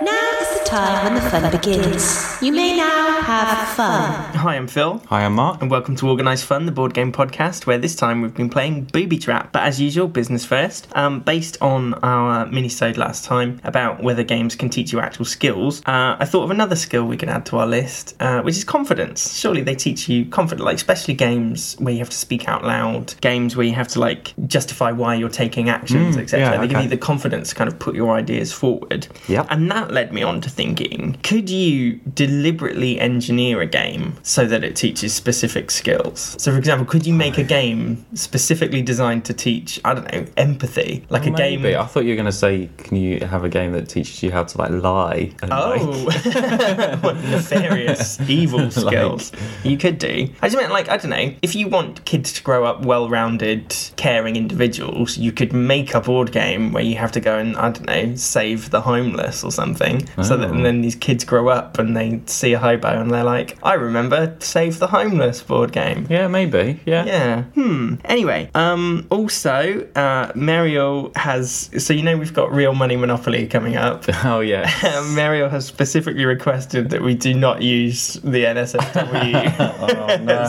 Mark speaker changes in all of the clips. Speaker 1: Now is the time when the fun begins. You may now have fun.
Speaker 2: Hi, I'm Phil.
Speaker 3: Hi, I'm Mark.
Speaker 2: And welcome to Organised Fun, the board game podcast, where this time we've been playing Booby Trap, but as usual, business first. Um, based on our mini-sode last time about whether games can teach you actual skills, uh, I thought of another skill we can add to our list, uh, which is confidence. Surely they teach you confidence, like especially games where you have to speak out loud, games where you have to like justify why you're taking actions, etc.
Speaker 3: Mm, yeah,
Speaker 2: they give
Speaker 3: okay.
Speaker 2: you the confidence to kind of put your ideas forward.
Speaker 3: Yep.
Speaker 2: And that led me on to thinking could you deliberately engineer a game so that it teaches specific skills? So, for example, could you make a game specifically designed to teach, I don't know, empathy? Like a game.
Speaker 3: Maybe. I thought you were going to say, can you have a game that teaches you how to like lie? And,
Speaker 2: Oh, what nefarious, evil skills you could do. I just meant like I don't know. If you want kids to grow up well-rounded, caring individuals, you could make a board game where you have to go and I don't know, save the homeless or something. So that and then these kids grow up and they see a hobo and they're like, I remember save the homeless board game.
Speaker 3: yeah, maybe. Yeah.
Speaker 2: Yeah. Hmm. Anyway, um, also, uh, Mariel has. So, you know, we've got Real Money Monopoly coming up.
Speaker 3: Oh yeah.
Speaker 2: Um, Mariel has specifically requested that we do not use the NSFW
Speaker 3: oh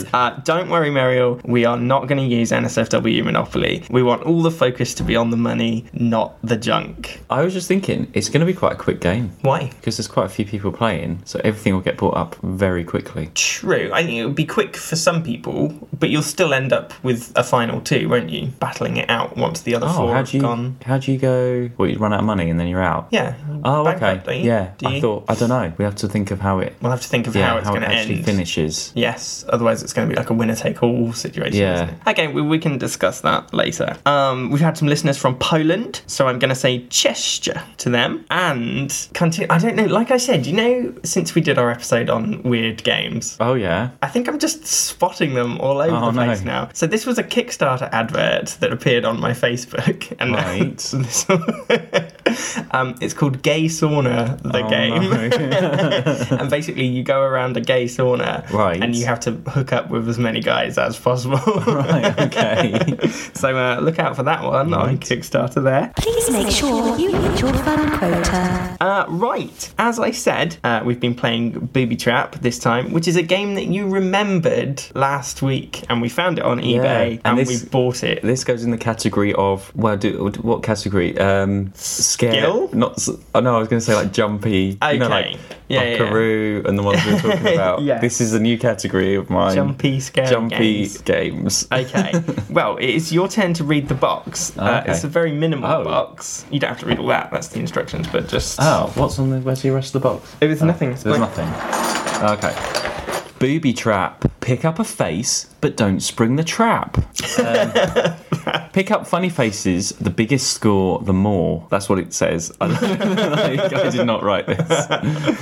Speaker 2: set. Uh, don't worry, Mariel. We are not going to use NSFW Monopoly. We want all the focus to be on the money, not the junk.
Speaker 3: I was just thinking, it's going to be quite a quick game
Speaker 2: Why?
Speaker 3: because there's quite a few people playing, so everything will get brought up very quickly.
Speaker 2: True. I think it would be quick for some people, but you'll still end up with a final two, won't you? Battling it out once the other
Speaker 3: Oh,
Speaker 2: four
Speaker 3: how
Speaker 2: have
Speaker 3: do you
Speaker 2: gone.
Speaker 3: how do you go? Well, you run out of money and then you're out.
Speaker 2: Yeah.
Speaker 3: Oh, okay.
Speaker 2: Bankrupt, don't you?
Speaker 3: Yeah.
Speaker 2: Do
Speaker 3: I
Speaker 2: you?
Speaker 3: thought I don't know. We have to think of how it.
Speaker 2: We'll have to think of
Speaker 3: Yeah,
Speaker 2: how it's
Speaker 3: how it
Speaker 2: going to
Speaker 3: actually
Speaker 2: end.
Speaker 3: finishes.
Speaker 2: Yes, otherwise it's going to be like a winner take all situation.
Speaker 3: Yeah.
Speaker 2: isn't it? Okay, we, we can discuss that later. Um, we've had some listeners from Poland, so I'm going to say Chester to them and continue. I don't know. Like I said, you know, since we did our episode on weird games.
Speaker 3: Oh yeah.
Speaker 2: I think I'm just spotting them all over
Speaker 3: Oh,
Speaker 2: the place
Speaker 3: no.
Speaker 2: now. So this was a Kickstarter advert that appeared on my Facebook, and
Speaker 3: Right.
Speaker 2: so this- um, it's called Gay Sauna: The
Speaker 3: Oh,
Speaker 2: Game
Speaker 3: no.
Speaker 2: and basically you go around a gay sauna
Speaker 3: Right.
Speaker 2: and you have to hook up with as many guys as possible
Speaker 3: right. Okay.
Speaker 2: so uh, look out for that one on
Speaker 3: Right.
Speaker 2: kickstarter there
Speaker 1: Please make sure you hit your fun quota.
Speaker 2: uh, right as i said uh, we've been playing booby trap this time which is a game that you remembered last week and we found it on ebay and,
Speaker 3: And this-
Speaker 2: we bought it
Speaker 3: This goes in the category of well, do what category? Um, scare.
Speaker 2: Skill?
Speaker 3: Not. s- Oh no, I was going to say like jumpy. You know,
Speaker 2: Okay.
Speaker 3: like
Speaker 2: Yeah, yeah, yeah.
Speaker 3: Buckaroo and the ones we were talking about.
Speaker 2: Yes.
Speaker 3: This is a new category of mine.
Speaker 2: Jumpy, scary
Speaker 3: Jumpy
Speaker 2: games.
Speaker 3: games.
Speaker 2: Okay. well, it's your turn to read the box. Uh,
Speaker 3: okay.
Speaker 2: It's a very minimal
Speaker 3: Oh.
Speaker 2: box. You don't have to read all that. That's the instructions. But just
Speaker 3: Oh, what's on the? Where's the rest of the box?
Speaker 2: it was nothing. It's
Speaker 3: Uh, There's
Speaker 2: blank.
Speaker 3: nothing. Okay. Booby trap. Pick up a face, but don't spring the trap. Um, pick up funny faces. The biggest score, the more. That's what it says. I, like, I did not write this.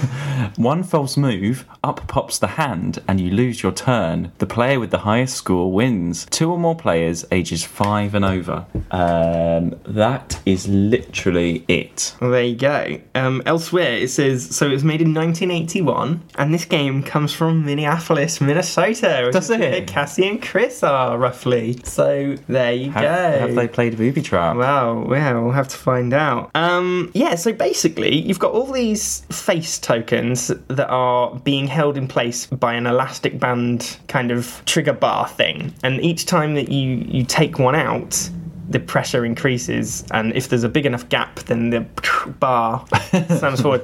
Speaker 3: One false move, up pops the hand, and you lose your turn. The player with the highest score wins. Two or more players, ages five and over. Um, that is literally it.
Speaker 2: Well, there you go. Um, elsewhere, it says so it was made in 1981, and this game comes from Minneapolis, Minnesota. which
Speaker 3: Does
Speaker 2: is
Speaker 3: it?
Speaker 2: where Cassie and Chris are roughly. So there you
Speaker 3: Have,
Speaker 2: go.
Speaker 3: have they played booby trap?
Speaker 2: Wow, yeah, we'll have to find out. Um, yeah, so basically, you've got all these face tokens that are being held in place by an elastic band kind of trigger bar thing, and each time that you you take one out. The pressure increases, and if there's a big enough gap, then the bar slams forward.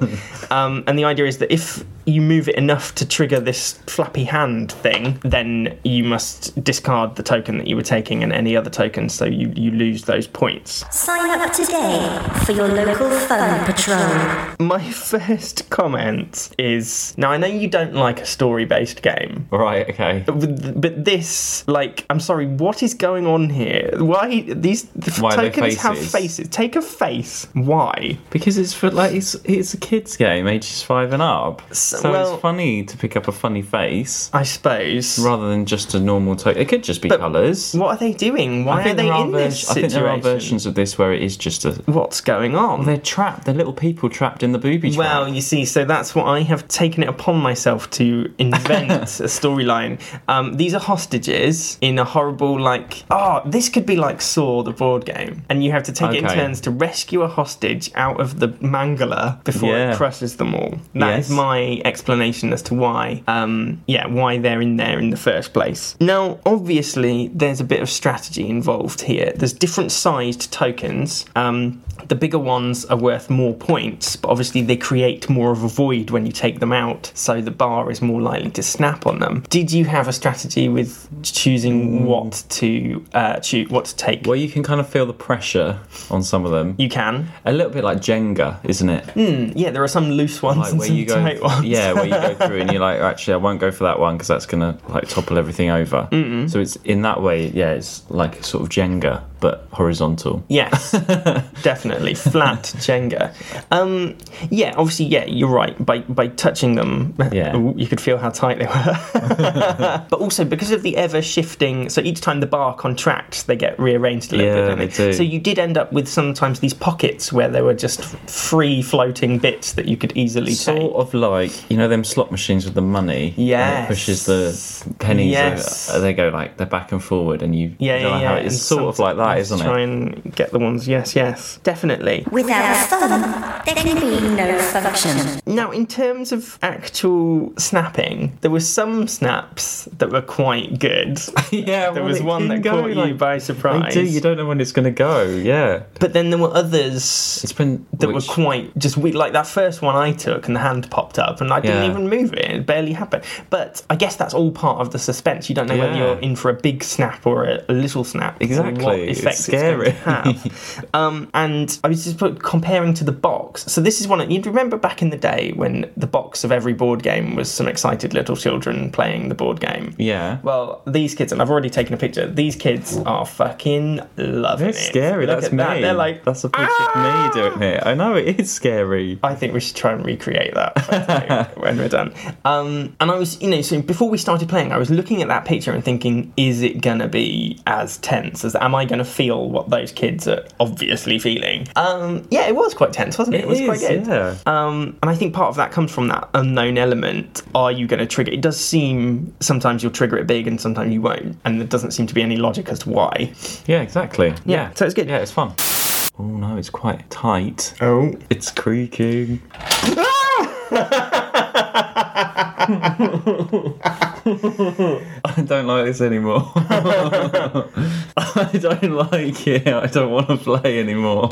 Speaker 2: Um, and the idea is that if you move it enough to trigger this flappy hand thing, then you must discard the token that you were taking and any other tokens, so you, you lose those points.
Speaker 1: Sign up today for your local fun patrol.
Speaker 2: My first comment is now I know you don't like a story based game.
Speaker 3: Right, okay.
Speaker 2: But but this, like, I'm sorry, what is going on here? Why these the
Speaker 3: Why are they
Speaker 2: tokens have
Speaker 3: faces?
Speaker 2: faces? Take a face. Why?
Speaker 3: Because it's for like it's it's a kids game, ages five and up.
Speaker 2: So-
Speaker 3: So,
Speaker 2: well-
Speaker 3: it's funny to pick up a funny face
Speaker 2: I suppose.
Speaker 3: rather than just a normal token. It could just be colours.
Speaker 2: What are they doing? Why are they
Speaker 3: there
Speaker 2: in this
Speaker 3: vers- I
Speaker 2: situation?
Speaker 3: think there are versions of this where it is just a
Speaker 2: What's going on?
Speaker 3: they're trapped. They're little people trapped in the booby trap.
Speaker 2: Well, you see, so that's what I have taken it upon myself to invent a storyline. Um, these are hostages in a horrible, like, oh, ah, this could be like Saw, the the board game, and you have to take it in
Speaker 3: Okay.
Speaker 2: turns to rescue a hostage out of the mangala before
Speaker 3: Yeah.
Speaker 2: it crushes them all. That is
Speaker 3: Yes.
Speaker 2: my explanation as to why, um, yeah, why they're in there in the first place. Now, obviously, there's a bit of strategy involved here. There's different sized tokens. Um, the bigger ones are worth more points, but obviously they create more of a void when you take them out, so the bar is more likely to snap on them. Did you have a strategy with
Speaker 3: Mm.
Speaker 2: choosing what to uh, choose, what to take?
Speaker 3: Well, you can kind of feel the pressure on some of them.
Speaker 2: You can.
Speaker 3: A little bit like Jenga, isn't it?
Speaker 2: Yeah, there are some loose ones
Speaker 3: Like
Speaker 2: and
Speaker 3: where
Speaker 2: Mm, some
Speaker 3: you go,
Speaker 2: tight ones.
Speaker 3: yeah, where you go through and you're like, actually, I won't go for that one because that's gonna like topple everything over. So it's in that way, yeah, it's like sort of Jenga but horizontal.
Speaker 2: Yes, definitely flat Jenga. Um, yeah, obviously, yeah, you're right. By by touching them,
Speaker 3: Yeah.
Speaker 2: you could feel how tight they were. but also because of the ever shifting, so each time the bar contracts, they get rearranged a little
Speaker 3: Yeah,
Speaker 2: bit. don't
Speaker 3: they do.
Speaker 2: So you did end up with sometimes these pockets where there were just free floating bits that you could easily take.
Speaker 3: Sort of like you know them slot machines with the money. and
Speaker 2: Yes.
Speaker 3: it pushes the pennies.
Speaker 2: Yes.
Speaker 3: Over, Uh, they go like they're back and forward, and you
Speaker 2: Yeah,
Speaker 3: don't know
Speaker 2: yeah, yeah.
Speaker 3: how it- It's
Speaker 2: and
Speaker 3: sort of like that,
Speaker 2: sometimes
Speaker 3: isn't
Speaker 2: Try
Speaker 3: it?
Speaker 2: and get the ones. Yes, yes, definitely.
Speaker 4: Without fun, there can be no function.
Speaker 2: Now, in terms of actual snapping, there were some snaps that were quite good.
Speaker 3: yeah,
Speaker 2: there was one that caught you by surprise.
Speaker 3: do. You don't know when it's gonna go. Yeah,
Speaker 2: But then there were others
Speaker 3: it's been
Speaker 2: that
Speaker 3: which-
Speaker 2: were quite just weird. Like that first one I took, and the hand popped up, and I didn't
Speaker 3: Yeah.
Speaker 2: even move it. It barely happened. But I guess that's all part of the suspense. You don't know whether
Speaker 3: Yeah.
Speaker 2: you're in for a big snap or a, a little snap. or
Speaker 3: Exactly.
Speaker 2: what
Speaker 3: It's
Speaker 2: effect going
Speaker 3: scary.
Speaker 2: to have. um, and I was just put, comparing to the box. So this is one. You'd remember back in the day when the box of every board game was some excited little children playing the board game.
Speaker 3: Yeah.
Speaker 2: Well, these kids, and I've already taken a picture. These kids are fucking loving
Speaker 3: That's
Speaker 2: it.
Speaker 3: scary.
Speaker 2: Look
Speaker 3: That's
Speaker 2: at
Speaker 3: me.
Speaker 2: that. They're like, "Ah!"
Speaker 3: that's a picture of me doing it. I know it is scary.
Speaker 2: I think we should try and recreate that photo when we're done. Um, and I was, you know, so before we started playing, I was looking at that picture and thinking, is it going to be as tense as, am I going to feel what those kids are obviously feeling? Um, yeah, it was quite tense, wasn't it? It, was quite good.
Speaker 3: is, yeah.
Speaker 2: Um, and I think part of that comes from that unknown element. Are you going to trigger? It does seem sometimes you'll trigger it big and sometimes you won't. And there doesn't seem to be any logic as to why.
Speaker 3: Yeah, exactly. Yeah.
Speaker 2: so it's good.
Speaker 3: Yeah, it's fun. Oh no, it's quite tight.
Speaker 2: Oh.
Speaker 3: It's creaking. I don't like this anymore. I don't like it. I don't want to play anymore.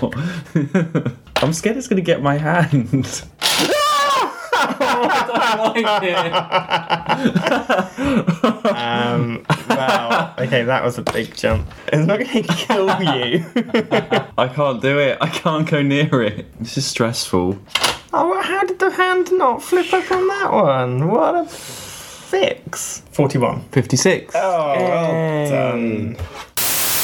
Speaker 3: I'm scared it's going to get my hand. I don't like it.
Speaker 2: Um, wow. Okay, that was a big jump. It's not going to kill you.
Speaker 3: I can't do it. I can't go near it. This is stressful.
Speaker 2: oh, well, how did the hand not flip up on that one? What a fix. 41.
Speaker 3: 56.
Speaker 2: Oh,
Speaker 3: Yay.
Speaker 2: well done.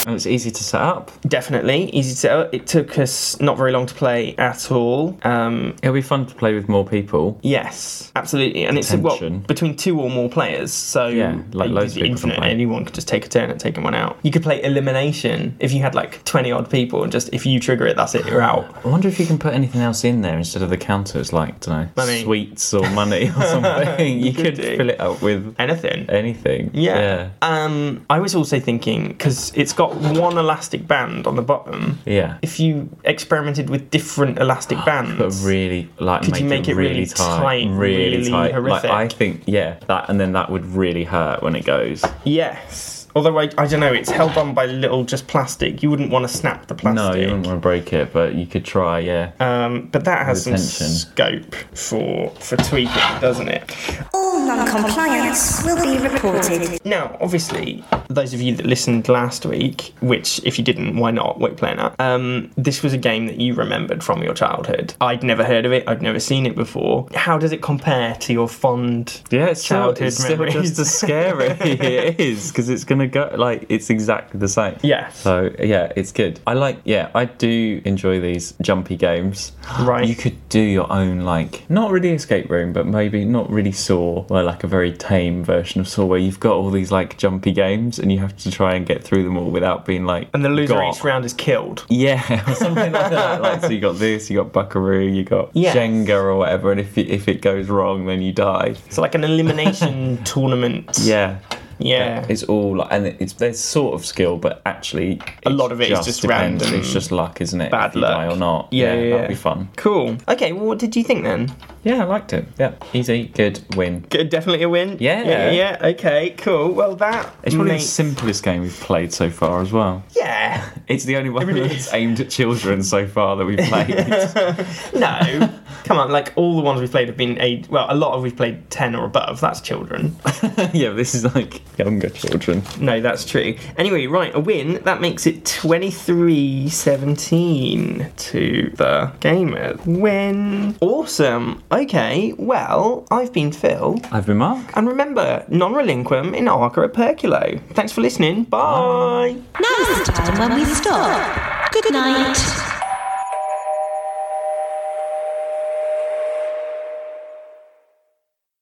Speaker 3: And it's easy to set up.
Speaker 2: Definitely. Easy to set up. It took us not very long to play at all. Um,
Speaker 3: It'll be fun to play with more people.
Speaker 2: yes, absolutely. And it's well,
Speaker 3: Attention.
Speaker 2: between two or more players. So
Speaker 3: Yeah, like
Speaker 2: it-
Speaker 3: loads of people can
Speaker 2: infinite.
Speaker 3: play.
Speaker 2: Anyone could just take a turn at taking one out. You could play elimination if you had like 20 odd people and just if you trigger it, that's it, you're out.
Speaker 3: I wonder if you can put anything else in there instead of the counters, like dunno,
Speaker 2: Money.
Speaker 3: sweets or money or something. you,
Speaker 2: could
Speaker 3: could
Speaker 2: do.
Speaker 3: fill it up with
Speaker 2: Anything.
Speaker 3: Eh. anything.
Speaker 2: Yeah. Um, I was also thinking because it's got one elastic band on the bottom.
Speaker 3: Yeah. Yeah.
Speaker 2: If you experimented with different elastic bands,
Speaker 3: But really, like,
Speaker 2: Could
Speaker 3: make,
Speaker 2: you make
Speaker 3: it,
Speaker 2: it
Speaker 3: really,
Speaker 2: really
Speaker 3: tight,
Speaker 2: tight,
Speaker 3: really,
Speaker 2: really
Speaker 3: tight.
Speaker 2: horrific?
Speaker 3: Like, I think, yeah, that, and then that would really hurt when it goes.
Speaker 2: yes. Although I, I don't know, it's held on by little just plastic. You wouldn't want to snap the plastic.
Speaker 3: No, you wouldn't want to break it, but you could try. Yeah,
Speaker 2: Um, but that has some
Speaker 3: Retention.
Speaker 2: scope for for tweaking, doesn't it?
Speaker 4: All non-compliance will be reported.
Speaker 2: Now, obviously, those of you that listened last week, which if you didn't, why not? Wait, playing that. Um, this was a game that you remembered from your childhood. I'd never heard of it. I'd never seen it before. How does it compare to your fond
Speaker 3: yeah, it's still,
Speaker 2: childhood
Speaker 3: it's still
Speaker 2: memories?
Speaker 3: just as scary. it is because it's gonna go like it's exactly the same.
Speaker 2: yes.
Speaker 3: So yeah, it's good. I like yeah, I do enjoy these jumpy games.
Speaker 2: Right.
Speaker 3: You could do your own like not really escape room, but maybe not really Saw, or like a very tame version of Saw where you've got all these like jumpy games and you have to try and get through them all without being like
Speaker 2: and the loser
Speaker 3: got.
Speaker 2: each round is killed.
Speaker 3: Yeah, or something like that. Like so you got this, you got Buckaroo, you got
Speaker 2: Yes.
Speaker 3: Jenga or whatever, and if it, if it goes wrong then you die.
Speaker 2: It's like an elimination tournament.
Speaker 3: Yeah.
Speaker 2: Yeah.
Speaker 3: It's all like, and it's there's sort of skill, but actually
Speaker 2: A
Speaker 3: it's
Speaker 2: lot of it is just
Speaker 3: depends-
Speaker 2: random
Speaker 3: It's just luck, isn't it?
Speaker 2: bad
Speaker 3: if you
Speaker 2: luck.
Speaker 3: die or not.
Speaker 2: Yeah, yeah, yeah.
Speaker 3: that'd be fun.
Speaker 2: Cool. Okay, well, what did you think then?
Speaker 3: Yeah, I liked it. Yeah, easy, good win.
Speaker 2: Good, definitely a win.
Speaker 3: Yeah.
Speaker 2: yeah. yeah, Okay. Cool. Well, that.
Speaker 3: It's probably the
Speaker 2: makes-
Speaker 3: simplest game we've played so far as well.
Speaker 2: Yeah.
Speaker 3: It's the only one
Speaker 2: really
Speaker 3: that's
Speaker 2: is.
Speaker 3: aimed at children so far that we've played.
Speaker 2: No. Come on. Like all the ones we've played have been eight. Well, a lot of we've played ten or above. That's children.
Speaker 3: yeah, but this is like younger children.
Speaker 2: No, that's true. Anyway, right, a win, that makes it 23 17 to the gamer. Win. Awesome. Okay, well, I've been Phil.
Speaker 3: I've been Mark.
Speaker 2: And remember, non relinquum in Arca at Perculo. Thanks for listening. Bye.
Speaker 1: Now's the time when we stop. Good night.